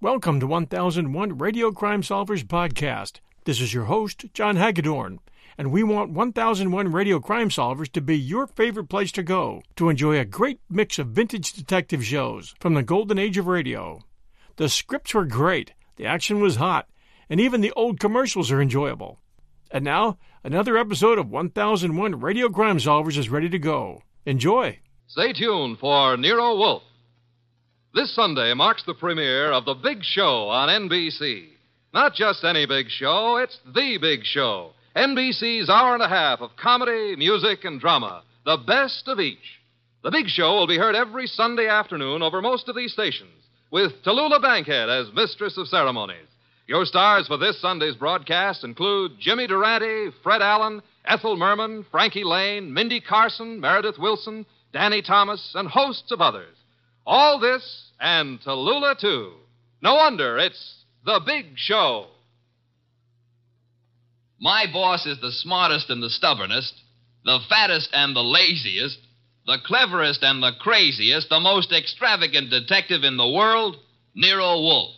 Welcome to 1001 Radio Crime Solvers Podcast. This is your host, John Hagedorn, and we want 1001 Radio Crime Solvers to be your favorite place to go to enjoy a great mix of vintage detective shows from the golden age of radio. The scripts were great, the action was hot, and even the old commercials are enjoyable. And now, another episode of 1001 Radio Crime Solvers is ready to go. Enjoy! Stay tuned for Nero Wolf. This Sunday marks the premiere of The Big Show on NBC. Not just any big show, it's The Big Show. NBC's hour and a half of comedy, music, and drama, the best of each. The Big Show will be heard every Sunday afternoon over most of these stations, with Tallulah Bankhead as Mistress of Ceremonies. Your stars for this Sunday's broadcast include Jimmy Durante, Fred Allen, Ethel Merman, Frankie Lane, Mindy Carson, Meredith Wilson, Danny Thomas, and hosts of others. All this and Tallulah, too. No wonder it's The Big Show. My boss is the smartest and the stubbornest, the fattest and the laziest, the cleverest and the craziest, the most extravagant detective in the world, Nero Wolf.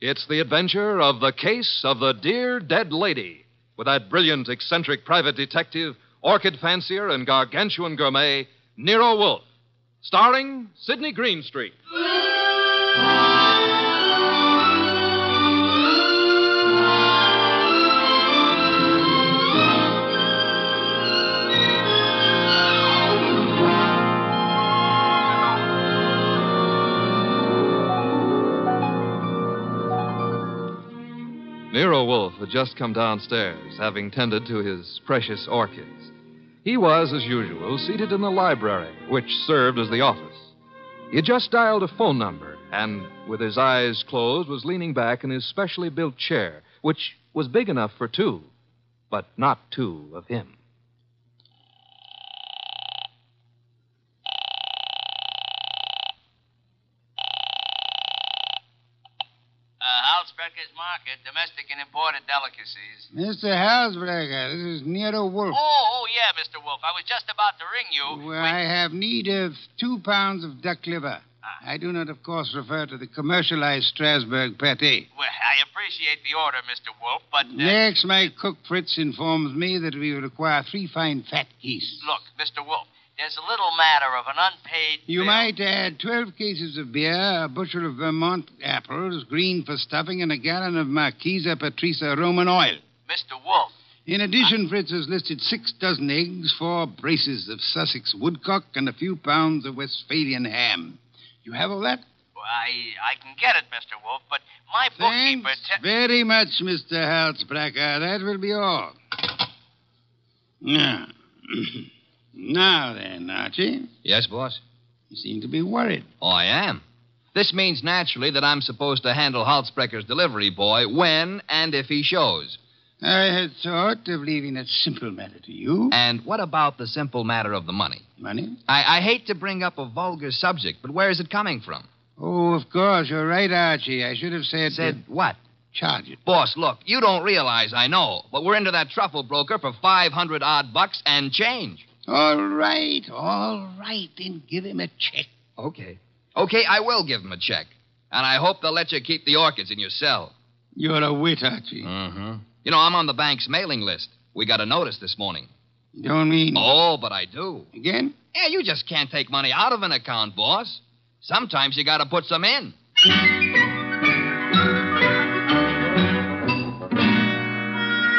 It's the adventure of the case of the dear dead lady with that brilliant, eccentric private detective, orchid fancier, and gargantuan gourmet, Nero Wolfe, starring Sidney Greenstreet. Nero Wolfe had just come downstairs, having tended to his precious orchids. He was, as usual, seated in the library, which served as the office. He had just dialed a phone number, and with his eyes closed, was leaning back in his specially built chair, which was big enough for two, but not two of him. Uh, Halsbecker's Market, domestic and imported delicacies. Mr. Halsberger, this is Nero Wolf. Oh, oh, yeah, Mr. Wolf. I was just about to ring you. Well, I have need of two pounds of duck liver. Ah. I do not, of course, refer to the commercialized Strasbourg pate. Well, I appreciate the order, Mr. Wolf, but. Uh, Next, my cook Fritz informs me that we require three fine fat geese. Look, Mr. Wolf, there's a little matter of an unpaid. You bill. might add 12 cases of beer, a bushel of Vermont apples, green for stuffing, and a gallon of Marquesa Patrisa Roman oil. Mr. Wolf. In addition, Fritz has listed six dozen eggs, four braces of Sussex woodcock, and a few pounds of Westphalian ham. You have all that? I, I can get it, Mr. Wolf, but my bookkeeper. Thanks te- very much, Mr. Halsbracker. That will be all. Now, now then, Archie, Hmm? Yes, boss? you seem to be worried. Oh, I am. This means naturally that I'm supposed to handle Halsbrecker's delivery boy when and if he shows. I had thought of leaving that simple matter to you. And what about the simple matter of the money? Money? I, I hate to bring up a vulgar subject, but where is it coming from? Oh, of course, you're right, Archie. I should have said. Said what? charge it. Boss, look, you don't realize I know, but we're into that truffle broker for 500 odd bucks and change. All right, all right. Then give him a check. Okay. Okay, I will give him a check. And I hope they'll let you keep the orchids in your cell. You're a wit, Archie. Mm-hmm. You know, I'm on the bank's mailing list. We got a notice this morning. Don't mean. Oh, but I do. Again? Yeah, you just can't take money out of an account, boss. Sometimes you gotta put some in.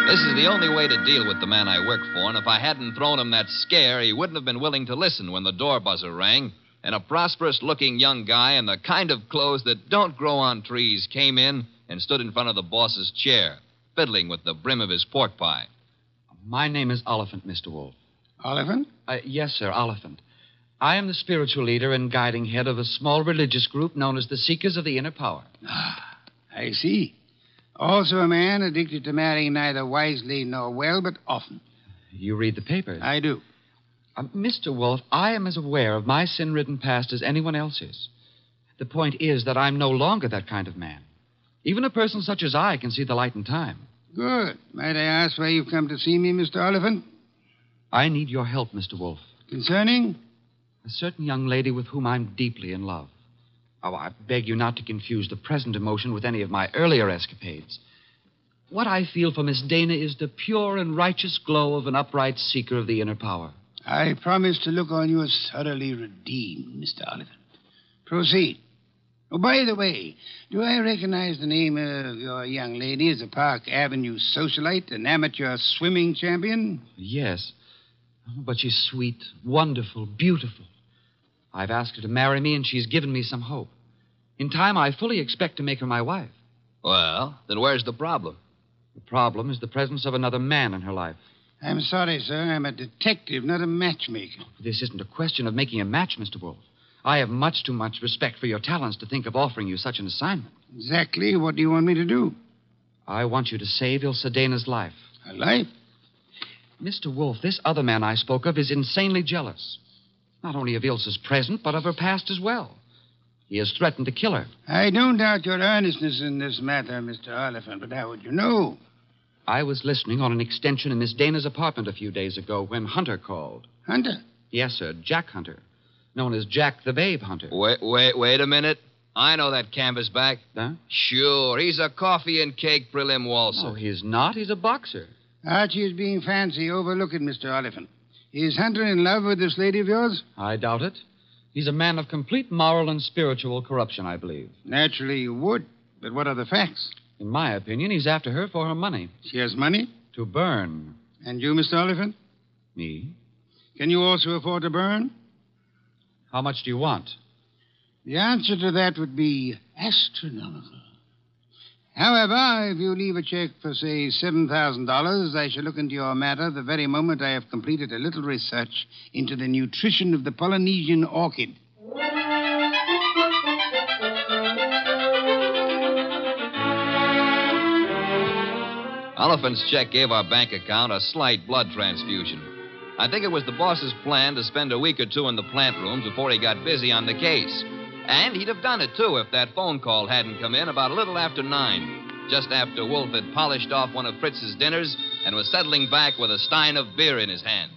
This is the only way to deal with the man I work for, and if I hadn't thrown him that scare, he wouldn't have been willing to listen when the door buzzer rang. And a prosperous looking young guy in the kind of clothes that don't grow on trees came in and stood in front of the boss's chair, fiddling with the brim of his pork pie. My name is Oliphant, Mr. Wolf. Oliphant? Uh, yes, sir, Oliphant. I am the spiritual leader and guiding head of a small religious group known as the Seekers of the Inner Power. I see. Also a man addicted to marrying neither wisely nor well, but often. You read the papers. I do. Uh, Mr. Wolf, I am as aware of my sin ridden past as anyone else is. The point is that I'm no longer that kind of man. Even a person such as I can see the light in time. Good. Might I ask why you've come to see me, Mr. Oliphant? I need your help, Mr. Wolf. Concerning? A certain young lady with whom I'm deeply in love. Oh, I beg you not to confuse the present emotion with any of my earlier escapades. What I feel for Miss Dana is the pure and righteous glow of an upright seeker of the inner power. I promise to look on you as thoroughly redeemed, Mr. Oliphant. Proceed. Oh, by the way, do I recognize the name of your young lady as a Park Avenue socialite, an amateur swimming champion? Yes. Oh, But she's sweet, wonderful, beautiful. I've asked her to marry me, and she's given me some hope. In time, I fully expect to make her my wife. Well, then where's the problem? The problem is the presence of another man in her life. I'm sorry, sir. I'm a detective, not a matchmaker. This isn't a question of making a match, Mr. Wolf. I have much too much respect for your talents to think of offering you such an assignment. Exactly what do you want me to do? I want you to save Ilsa Dana's life. A life? Mr. Wolf, this other man I spoke of is insanely jealous. Not only of Ilsa's present, but of her past as well. He has threatened to kill her. I don't doubt your earnestness in this matter, Mr. Oliphant, but how would you know? I was listening on an extension in Miss Dana's apartment a few days ago when Hunter called. Hunter? Yes, sir, Jack Hunter. Known as Jack the Babe Hunter. Wait, wait, wait a minute. I know that canvasback. Huh? Sure, he's a coffee and cake prelim waltzer. No, he's not. He's a boxer. Archie is being fancy. Overlook it, Mr. Oliphant. Is Hunter in love with this lady of yours? I doubt it. He's a man of complete moral and spiritual corruption, I believe. Naturally, you would. But what are the facts? In my opinion, he's after her for her money. She has money. To burn. And you, Mr. Oliphant? Me? Can you also afford to burn? How much do you want? The answer to that would be astronomical. However, if you leave a check for, say, $7,000, I shall look into your matter the very moment I have completed a little research into the nutrition of the Polynesian orchid. Oliphant's check gave our bank account a slight blood transfusion. I think it was the boss's plan to spend a week or two in the plant rooms before he got busy on the case. And he'd have done it, too, if that phone call hadn't come in about a little after nine, just after Wolf had polished off one of Fritz's dinners and was settling back with a stein of beer in his hand.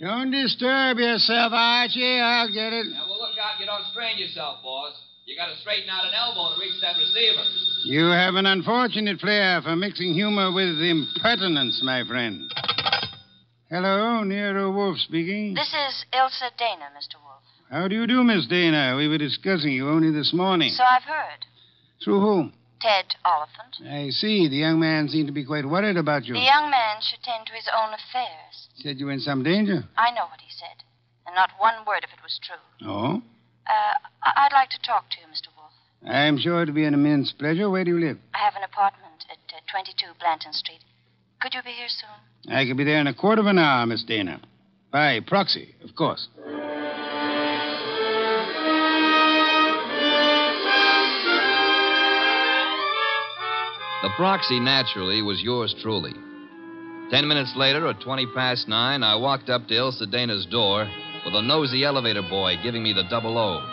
Don't disturb yourself, Archie. I'll get it. well, look out. You don't strain yourself, boss. You got to straighten out an elbow to reach that receiver. You have an unfortunate flair for mixing humor with impertinence, my friend. Hello, Nero Wolf speaking. This is Ilsa Dana, Mr. Wolf. How do you do, Miss Dana? We were discussing you only this morning. So I've heard. Through whom? Ted Oliphant. I see. The young man seemed to be quite worried about you. The young man should tend to his own affairs. Said you were in some danger. I know what he said, and not one word of it was true. Oh? Uh, I- I'd like to talk to you, Mr. Wolf. I'm sure it'll be an immense pleasure. Where do you live? I have an apartment at uh, 22 Blanton Street. Could you be here soon? I could be there in a quarter of an hour, Miss Dana. By proxy, of course. The proxy, naturally, was yours truly. Ten minutes later, at 20 past nine, I walked up to Ilsa Dana's door with a nosy elevator boy giving me the double O.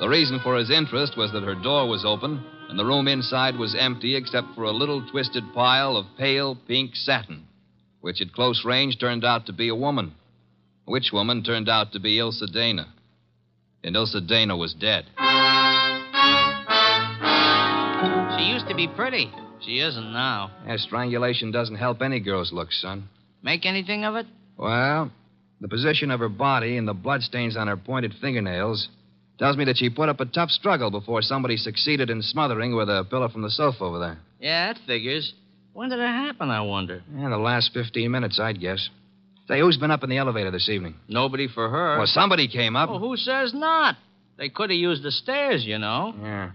The reason for his interest was that her door was open and the room inside was empty except for a little twisted pile of pale pink satin, which at close range turned out to be a woman. Which woman turned out to be Ilsa Dana. And Ilsa Dana was dead. She used to be pretty. She isn't now. Yeah, strangulation doesn't help any girl's looks, son. Make anything of it? Well, the position of her body and the bloodstains on her pointed fingernails tells me that she put up a tough struggle before somebody succeeded in smothering her with a pillow from the sofa over there. Yeah, that figures. When did it happen, I wonder? Yeah, the last 15 minutes, I'd guess. Say, who's been up in the elevator this evening? Nobody for her. Well, somebody came up. Oh, who says not? They could have used the stairs, you know. Yeah.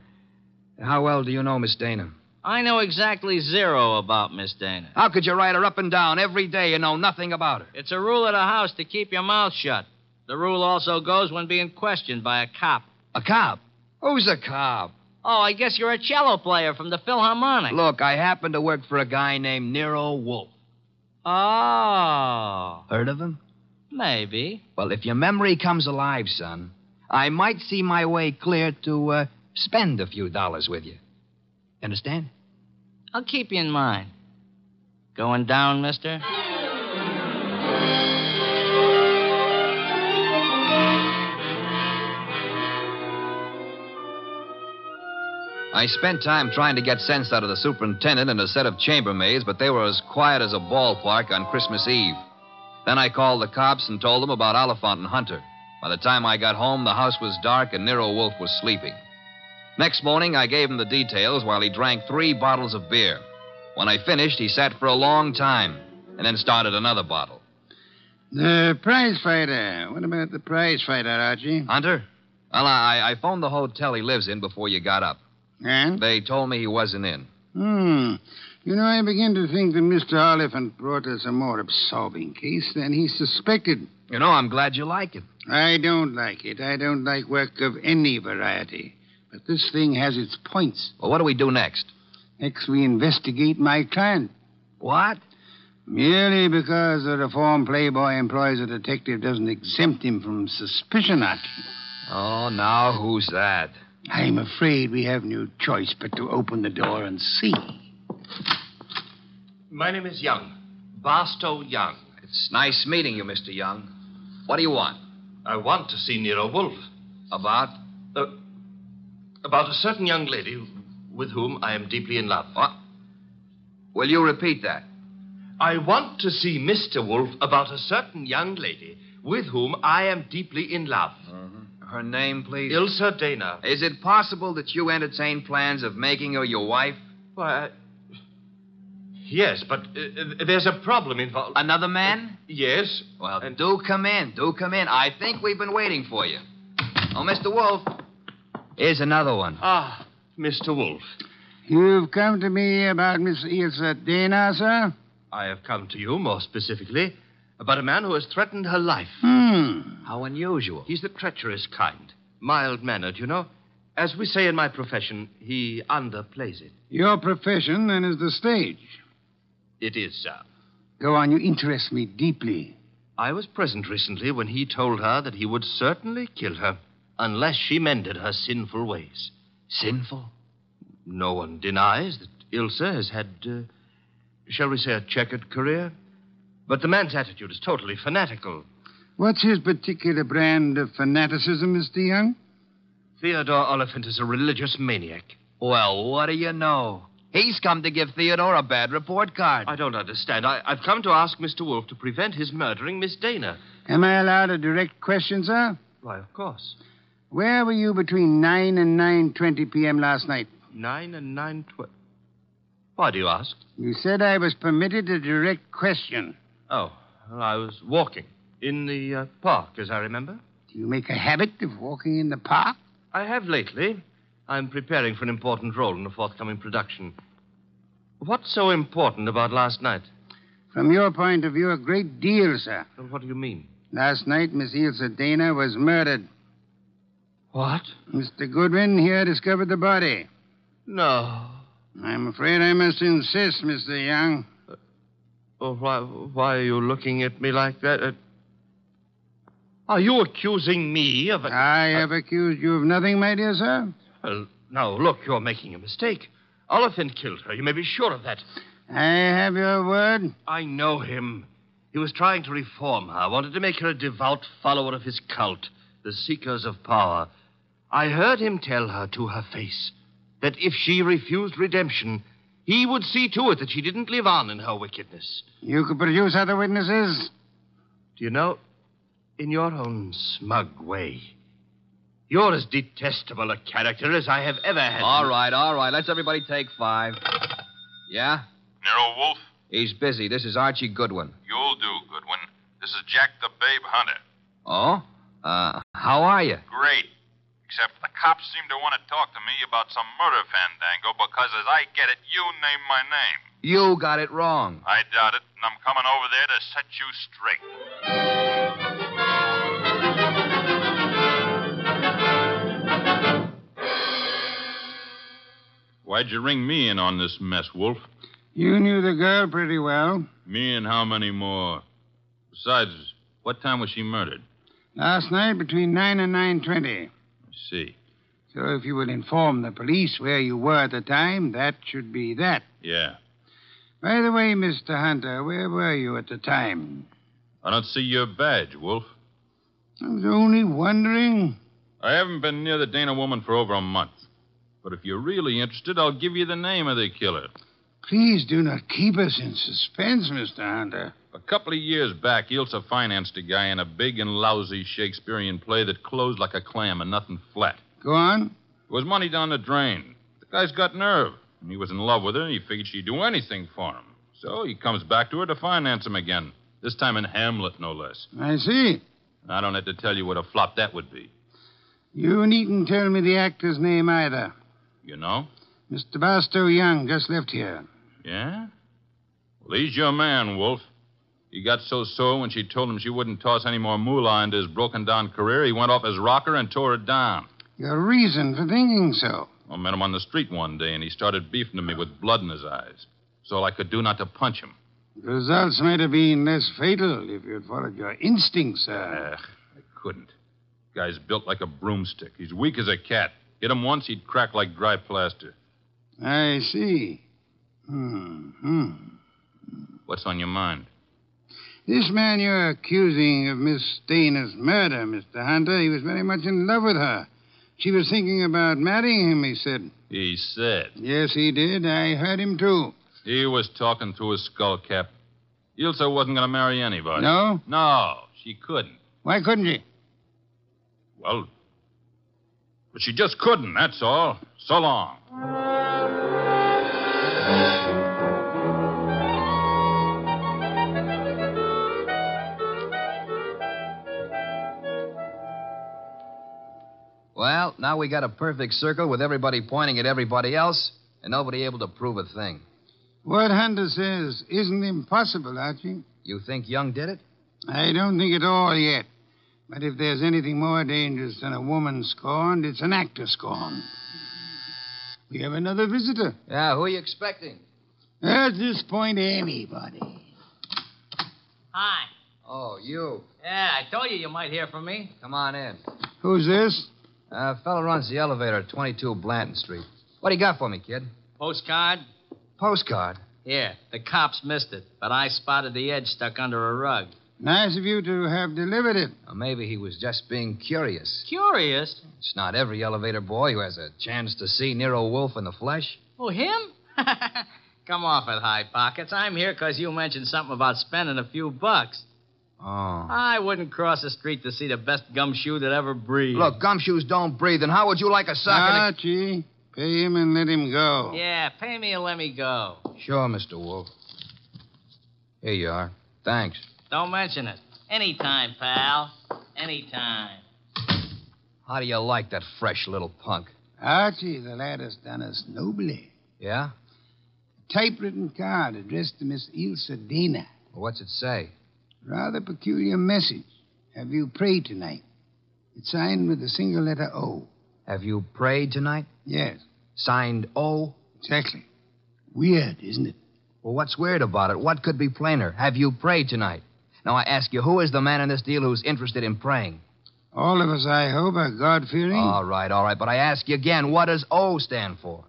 How well do you know Miss Dana? I know exactly zero about Miss Dana. How could you ride her up and down every day and know nothing about her? It's a rule of the house to keep your mouth shut. The rule also goes when being questioned by a cop. A cop. Who's a cop? Oh, I guess you're a cello player from the Philharmonic. Look, I happen to work for a guy named Nero Wolf. Oh, Heard of him? maybe. Well, if your memory comes alive, son, I might see my way clear to uh, spend a few dollars with you. Understand? I'll keep you in mind. Going down, mister? I spent time trying to get sense out of the superintendent and a set of chambermaids, but they were as quiet as a ballpark on Christmas Eve. Then I called the cops and told them about Oliphant and Hunter. By the time I got home, the house was dark and Nero Wolf was sleeping. Next morning, I gave him the details while he drank three bottles of beer. When I finished, he sat for a long time and then started another bottle. The prize fighter. What about the prize fighter, Archie? Hunter? Well, I, I phoned the hotel he lives in before you got up. And? They told me he wasn't in. Hmm. You know, I begin to think that Mr. Oliphant brought us a more absorbing case than he suspected. You know, I'm glad you like it. I don't like it. I don't like work of any variety. But this thing has its points. Well, what do we do next? Next, we investigate my client. What? Merely because a reformed playboy employs a detective doesn't exempt him from suspicion, Archie. Oh, now who's that? I'm afraid we have no choice but to open the door and see. My name is Young. Barstow Young. It's nice meeting you, Mr. Young. What do you want? I want to see Nero Wolf. About? Uh, about a certain young lady with whom I am deeply in love. What? Will you repeat that? I want to see Mr. Wolf about a certain young lady with whom I am deeply in love. Mm-hmm. Her name, please. Ilsa Dana. Is it possible that you entertain plans of making her your wife? Why, I... Yes, but uh, uh, there's a problem involved. Uh, Another man? Yes. Well, and- do come in. Do come in. I think we've been waiting for you. Oh, Mr. Wolf. Here's another one. Ah, Mr. Wolf. You've come to me about Miss Ilsa Dana, sir? I have come to you more specifically about a man who has threatened her life. Hmm. How unusual. He's the treacherous kind, mild mannered, you know. As we say in my profession, he underplays it. Your profession, then, is the stage. It is, sir. Go on, you interest me deeply. I was present recently when he told her that he would certainly kill her unless she mended her sinful ways. Sinful? No one denies that Ilsa has had, uh, shall we say, a checkered career. But the man's attitude is totally fanatical. What's his particular brand of fanaticism, Mr. Young? Theodore Oliphant is a religious maniac. Well, what do you know? He's come to give Theodore a bad report card. I don't understand. I, I've come to ask Mr. Wolfe to prevent his murdering Miss Dana. Am I allowed a direct question, sir? Why, of course. Where were you between 9 and 9.20 p.m. last night? Nine and nine twelve. Why do you ask? You said I was permitted a direct question. Oh, well, I was walking in the uh, park, as I remember. Do you make a habit of walking in the park? I have lately. I'm preparing for an important role in a forthcoming production. What's so important about last night? From your point of view, a great deal, sir. Well, What do you mean? Last night, Miss Ilsa Dana was murdered. What? Mr. Goodwin here discovered the body. No. I'm afraid I must insist, Mr. Young. Oh, why, why are you looking at me like that? Uh, are you accusing me of a... I have accused you of nothing, my dear sir. Well, now, look, you're making a mistake. Oliphant killed her. You may be sure of that. I have your word. I know him. He was trying to reform her, wanted to make her a devout follower of his cult, the Seekers of Power. I heard him tell her to her face that if she refused redemption, he would see to it that she didn't live on in her wickedness. You could produce other witnesses. Do you know, in your own smug way, you're as detestable a character as I have ever had. All right, all right. Let's everybody take five. Yeah? Nero Wolf, He's busy. This is Archie Goodwin. you'll do, Goodwin. This is Jack the Babe Hunter. Oh? Uh, how are you? Great. Except the cops seem to want to talk to me about some murder fandango because, as I get it, you name my name. You got it wrong. I doubt it, and I'm coming over there to set you straight. Why'd you ring me in on this mess, Wolf? You knew the girl pretty well. Me and how many more? Besides, what time was she murdered? Last night between 9 and 9.20. I see. So if you will inform the police where you were at the time, that should be that. Yeah. By the way, Mr. Hunter, where were you at the time? I don't see your badge, Wolf. I was only wondering. I haven't been near the Dana woman for over a month. But if you're really interested, I'll give you the name of the killer. Please do not keep us in suspense, Mr. Hunter. A couple of years back, Ilsa financed a guy in a big and lousy Shakespearean play that closed like a clam and nothing flat. Go on. It was money down the drain. The guy's got nerve. and He was in love with her, and he figured she'd do anything for him. So he comes back to her to finance him again. This time in Hamlet, no less. I see. I don't have to tell you what a flop that would be. You needn't tell me the actor's name either. You know? Mr. Barstow Young just left here. Yeah? Well, he's your man, Wolf. He got so sore when she told him she wouldn't toss any more moolah into his broken down career, he went off his rocker and tore it down. Your reason for thinking so. I met him on the street one day, and he started beefing to me with blood in his eyes. It's all I could do not to punch him. The results might have been less fatal if you'd followed your instincts, sir. Ugh, I couldn't. Guy's built like a broomstick. He's weak as a cat. Hit him once, he'd crack like dry plaster. I see. Hmm. hmm. What's on your mind? This man you're accusing of Miss Staner's murder, Mr. Hunter, he was very much in love with her. She was thinking about marrying him, he said. He said. Yes, he did. I heard him, too. He was talking through his skull cap. Ilsa wasn't going to marry anybody. No? No, she couldn't. Why couldn't she? Well, but she just couldn't, that's all. So long. Well, now we got a perfect circle with everybody pointing at everybody else and nobody able to prove a thing. What Hunter says isn't impossible, Archie. You think Young did it? I don't think at all yet. But if there's anything more dangerous than a woman scorned, it's an actor scorned. We have another visitor. Yeah, who are you expecting? At this point, anybody. Hi. Oh, you. Yeah, I told you you might hear from me. Come on in. Who's this? Uh, fella runs the elevator at 22 Blanton Street. What do you got for me, kid? Postcard? Postcard. Here, the cops missed it, but I spotted the edge stuck under a rug. Nice of you to have delivered it. Or maybe he was just being curious. Curious? It's not every elevator boy who has a chance to see Nero Wolf in the flesh. Oh, him? Come off it, High Pockets. I'm here 'cause you mentioned something about spending a few bucks. Oh. I wouldn't cross the street to see the best gumshoe that ever breathed. Look, gumshoes don't breathe, and how would you like a sock? in Archie, pay him and let him go. Yeah, pay me and let me go. the- Sure, Mr. Wolf. Here you are. Thanks. Don't mention it. Anytime, pal. Anytime. How do you like that fresh little punk? Archie, the lad has done us nobly. Yeah? Typewritten card addressed to Miss Ilsa Dana. Well, what's it say? Rather peculiar message. Have you prayed tonight? It's signed with a single letter O. Have you prayed tonight? Yes, Signed O? exactly. Weird, isn't it? Well, what's weird about it? What could be plainer? Have you prayed tonight? Now, I ask you, who is the man in this deal who's interested in praying? All of us, I hope, are God fearing. All right, all right, but I ask you again, what does O stand for?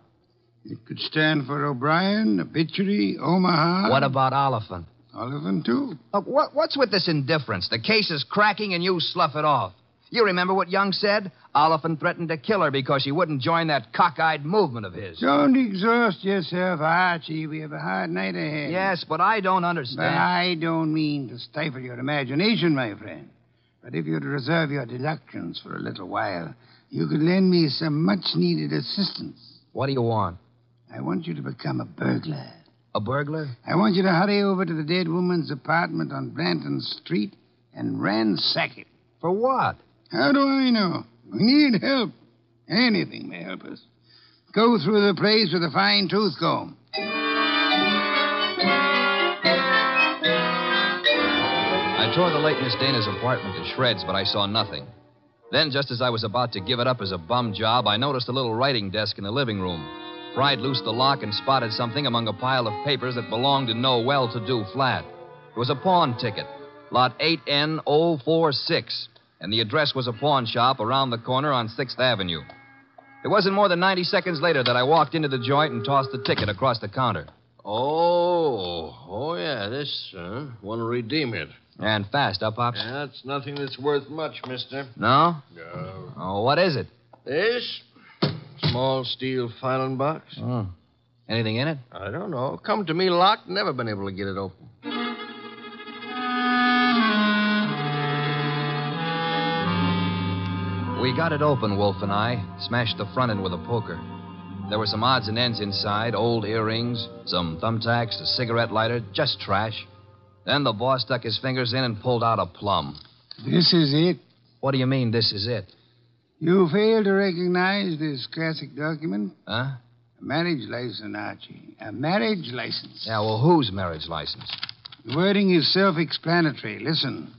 It could stand for O'Brien, Obituary, Omaha. What about Oliphant? Oliphant, too. Look, what, what's with this indifference? The case is cracking and you slough it off. You remember what Young said? Oliphant threatened to kill her because she wouldn't join that cockeyed movement of his. Don't exhaust yourself, Archie. We have a hard night ahead. Yes, but I don't But understand. I don't mean to stifle your imagination, my friend. But if you'd reserve your deductions for a little while, you could lend me some much needed assistance. What do you want? I want you to become a burglar. A burglar? I want you to hurry over to the dead woman's apartment on Blanton Street and ransack it. For what? How do I know? We need help. Anything may help us. Go through the place with a fine tooth comb. I tore the late Miss Dana's apartment to shreds, but I saw nothing. Then, just as I was about to give it up as a bum job, I noticed a little writing desk in the living room. Pried loose the lock and spotted something among a pile of papers that belonged to no well to do flat. It was a pawn ticket, lot 8N046, and the address was a pawn shop around the corner on 6th Avenue. It wasn't more than 90 seconds later that I walked into the joint and tossed the ticket across the counter. Oh, oh yeah, this, huh? Want to redeem it? And fast, up, Ops. Yeah, it's nothing that's worth much, mister. No? No. Oh, what is it? This small steel filing box. Oh. Anything in it? I don't know. Come to me locked, never been able to get it open. We got it open, Wolf and I. Smashed the front end with a poker. There were some odds and ends inside old earrings, some thumbtacks, a cigarette lighter, just trash. Then the boss stuck his fingers in and pulled out a plum. This is it. What do you mean, this is it? You fail to recognize this classic document? Huh? A marriage license, Archie. A marriage license. Yeah, well, whose marriage license? The wording is self explanatory. Listen.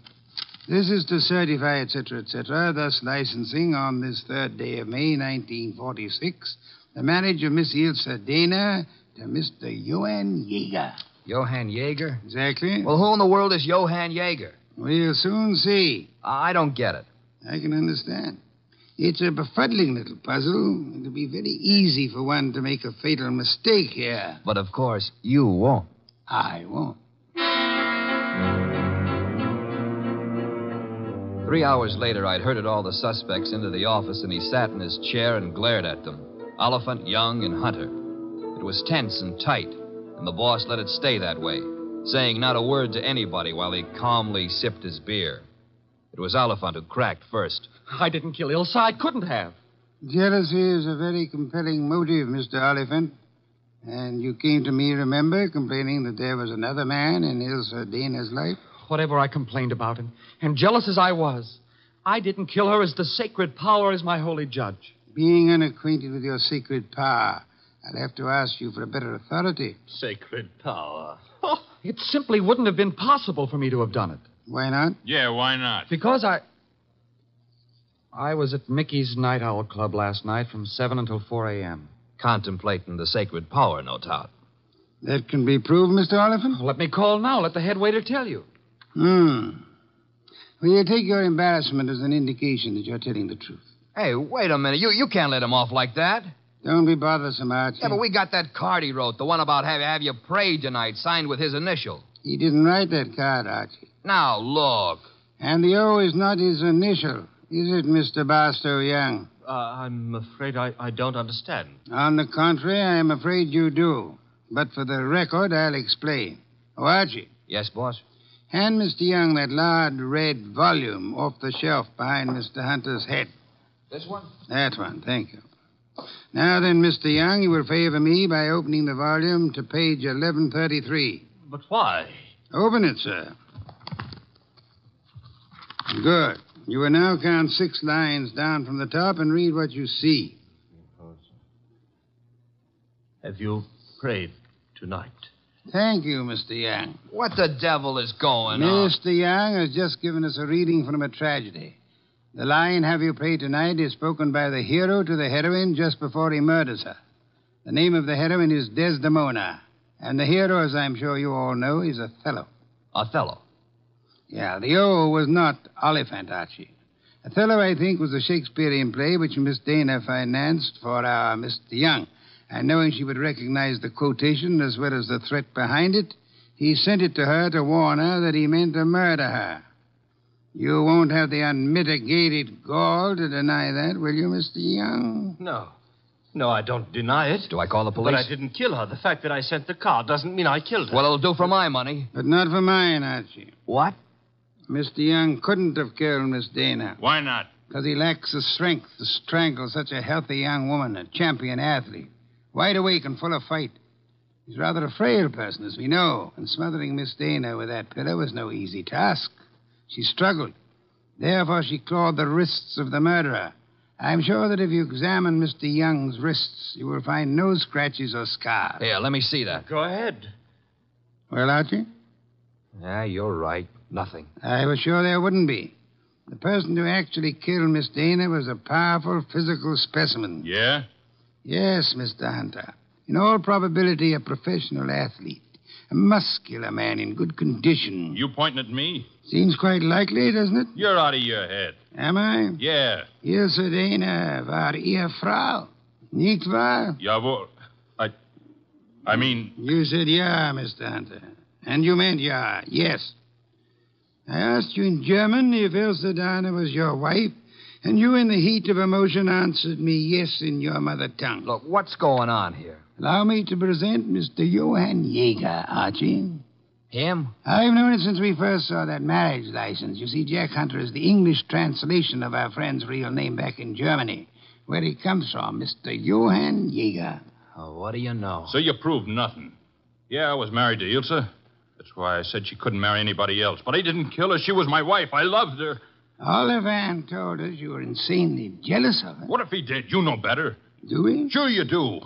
This is to certify, etc., etc., thus licensing on this third day of May, 1946, the marriage of Miss Ilsa Dana to Mr. Johann Yeager. Johann Jaeger? Exactly. Well, who in the world is Johann Jaeger? We'll soon see. I don't get it. I can understand. It's a befuddling little puzzle. It'll be very easy for one to make a fatal mistake here. But of course, you won't. I won't. Three hours later, I'd herded all the suspects into the office, and he sat in his chair and glared at them Oliphant, Young, and Hunter. It was tense and tight, and the boss let it stay that way, saying not a word to anybody while he calmly sipped his beer. It was Oliphant who cracked first. I didn't kill Ilsa. I couldn't have. Jealousy is a very compelling motive, Mr. Oliphant. And you came to me, remember, complaining that there was another man in Ilsa Dana's life? Whatever I complained about, and, and jealous as I was, I didn't kill her as the sacred power is my holy judge. Being unacquainted with your sacred power, I'll have to ask you for a better authority. Sacred power. Oh, it simply wouldn't have been possible for me to have done it. Why not? Yeah, why not? Because I. I was at Mickey's Night Owl Club last night from 7 until 4 a.m. Contemplating the sacred power, no doubt. That can be proved, Mr. Oliphant? Let me call now. Let the head waiter tell you. Hmm. Will you take your embarrassment as an indication that you're telling the truth? Hey, wait a minute. You, you can't let him off like Hmm. that. Don't be bothersome, Archie. Yeah, but we got that card he wrote, the one about have, have you prayed tonight, signed with his initial. He didn't write that card, Archie. Now, look. And the O is not his initial, is it, Mr. Barstow Young? Uh, I'm afraid I, I don't understand. On the contrary, I am afraid you do. But for the record, I'll explain. Oh, Archie, Yes, boss? hand Mr. Young that large red volume off the shelf behind Mr. Hunter's head. This one? That one, thank you. Now then, Mr. Young, you will favor me by opening the volume to page 1133. But why? Open it, sir. Good. You will now count six lines down from the top and read what you see. Have you prayed tonight? Thank you, Mr. Young. What the devil is going on? Mr. Young has just given us a reading from a tragedy. The line, Have You Prayed Tonight, is spoken by the hero to the heroine just before he murders her. The name of the heroine is Desdemona, and the hero, as I'm sure you all know, is Othello. Othello. Yeah, the O was not Oliphant Archie. Othello, I think, was a Shakespearean play which Miss Dana financed for our Mr. Young. And knowing she would recognize the quotation as well as the threat behind it, he sent it to her to warn her that he meant to murder her. You won't have the unmitigated gall to deny that, will you, Mr. Young? No. No, I don't deny it. Do I call the But police? I didn't kill her. The fact that I sent the card doesn't mean I killed her. Well, it'll do for my money. But not for mine, Archie. What? Mr. Young couldn't have killed Miss Dana. Why not? Because he lacks the strength to strangle such a healthy young woman, a champion athlete, wide awake and full of fight. He's rather a frail person, as we know, and smothering Miss Dana with that pillow was no easy task. She struggled. Therefore, she clawed the wrists of the murderer. I'm sure that if you examine Mr. Young's wrists, you will find no scratches or scars. Here, let me see that. Go ahead. Well, Archie? Yeah, you're right. Nothing. I was sure there wouldn't be. The person who actually killed Miss Dana was a powerful physical specimen. Yeah? Yes, Mr. Hunter. In all probability, a professional athlete. A muscular man in good condition. You pointing at me? Seems quite likely, doesn't it? You're out of your head. Am I? Yeah. Ilse uh, Dana war ihr Frau. Nicht wahr? Jawohl. I. I mean, You said yeah, Mr. Hunter. And you meant yeah, yes. I asked you in German if Ilse Dana was your wife, and you, in the heat of emotion, answered me yes in your mother tongue. Look, what's going on here? Allow me to present Mr. Johann Jaeger, Archie. Him? I've known it since we first saw that marriage license. You see, Jack Hunter is the English translation of our friend's real name back in Germany, where he comes from, Mr. Johann Jaeger. Oh, what do you know? So you proved nothing. Yeah, I was married to Ilse. That's why I said she couldn't marry anybody else. But I didn't kill her. She was my wife. I loved her. Olivan told us you were insanely jealous of her. What if he did? You know better. Do we? Sure you do.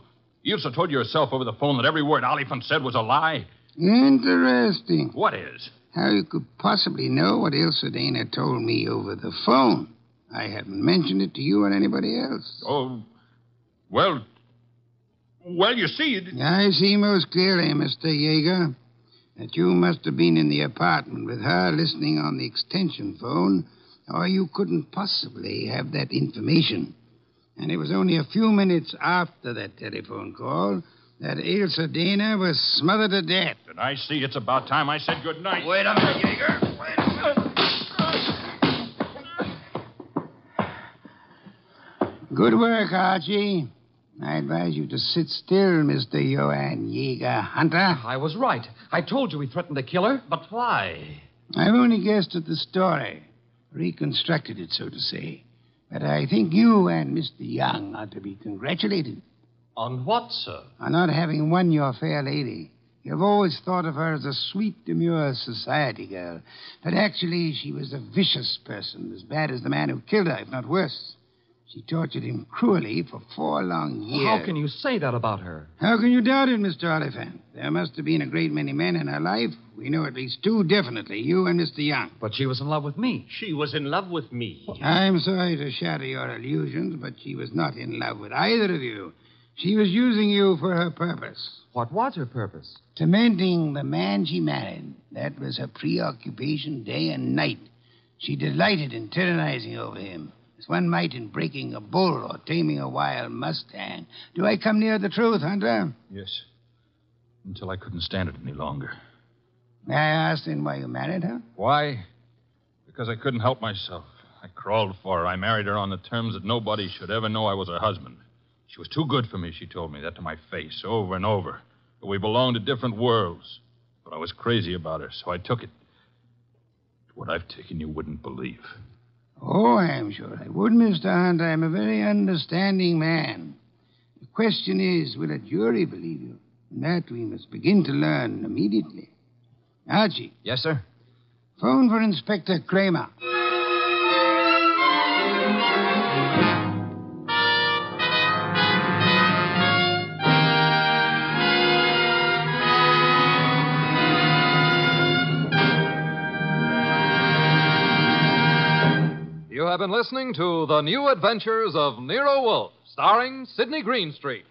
Ilse told you herself over the phone that every word Oliphant said was a lie. Interesting. What is? How you could possibly know what Ilse Dana told me over the phone? I haven't mentioned it to you or anybody else. Oh, well, well, you see, it... I see most clearly, Mr. Yeager, that you must have been in the apartment with her listening on the extension phone, or you couldn't possibly have that information. And it was only a few minutes after that telephone call that Ilse Dana was smothered to death. And I see it's about time I said good night. Wait a minute, Jaeger. Wait a minute. Good work, Archie. I advise you to sit still, Mr. Johann Yeager Hunter. I was right. I told you he threatened to kill her. But why? I've only guessed at the story, reconstructed it, so to say. But I think you and Mr. Young ought to be congratulated On what, sir? on not having won your fair lady. You've always thought of her as a sweet, demure society girl, but actually she was a vicious person, as bad as the man who killed her, if not worse. She tortured him cruelly for four long years. How can you say that about her? How can you doubt it, Mr. Oliphant? There must have been a great many men in her life. We know at least two definitely, you and Mr. Young. But she was in love with me. She was in love with me. I'm sorry to shatter your illusions, but she was not in love with either of you. She was using you for her purpose. What was her purpose? Tormenting the man she married. That was her preoccupation day and night. She delighted in tyrannizing over him, as one might in breaking a bull or taming a wild mustang. Do I come near the truth, Hunter? Yes. Until I couldn't stand it any longer. May I ask then why you married her? Why? Because I couldn't help myself. I crawled for her. I married her on the terms that nobody should ever know I was her husband. She was too good for me, she told me that to my face over and over. But we belonged to different worlds. But I was crazy about her, so I took it. What I've taken, you wouldn't believe. Oh, I'm sure I would, Mr. Hunt. I'm a very understanding man. The question is, will a jury believe you? And that we must begin to learn immediately. Archie, Yes, sir? phone for Inspector Kramer. You have been listening to The New Adventures of Nero Wolf, starring Sidney Greenstreet.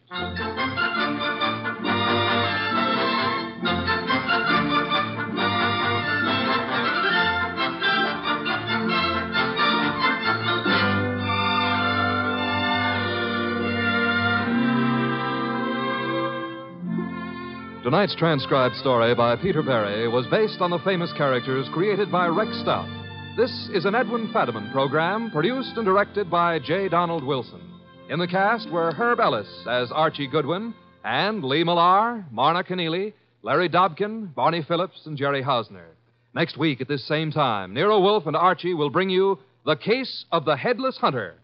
Tonight's transcribed story by Peter Berry was based on the famous characters created by Rex Stout. This is an Edwin Fadiman program produced and directed by J. Donald Wilson. In the cast were Herb Ellis as Archie Goodwin and Lee Millar, Marna Keneally, Larry Dobkin, Barney Phillips, and Jerry Hausner. Next week at this same time, Nero Wolf and Archie will bring you The Case of the Headless Hunter.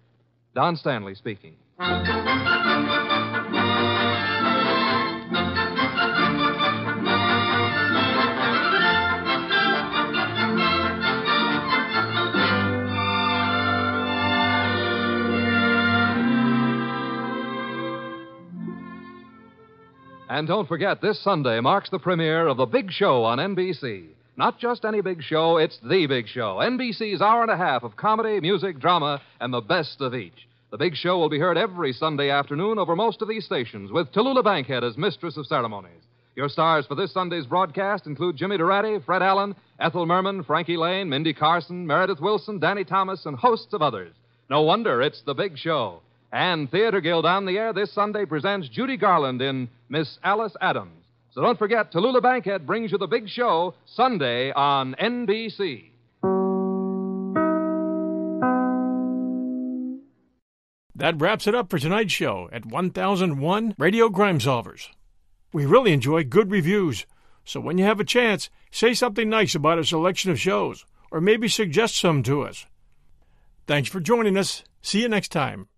Don Stanley speaking. And don't forget, this Sunday marks the premiere of The Big Show on NBC. Not just any big show, it's The Big Show. NBC's hour and a half of comedy, music, drama, and the best of each. The Big Show will be heard every Sunday afternoon over most of these stations, with Tallulah Bankhead as mistress of ceremonies. Your stars for this Sunday's broadcast include Jimmy Durante, Fred Allen, Ethel Merman, Frankie Lane, Mindy Carson, Meredith Wilson, Danny Thomas, and hosts of others. No wonder it's The Big Show. And Theater Guild on the Air this Sunday presents Judy Garland in Miss Alice Adams. So don't forget, Tallulah Bankhead brings you the big show Sunday on NBC. That wraps it up for tonight's show at 1001 Radio Crime Solvers. We really enjoy good reviews, so when you have a chance, say something nice about our selection of shows, or maybe suggest some to us. Thanks for joining us. See you next time.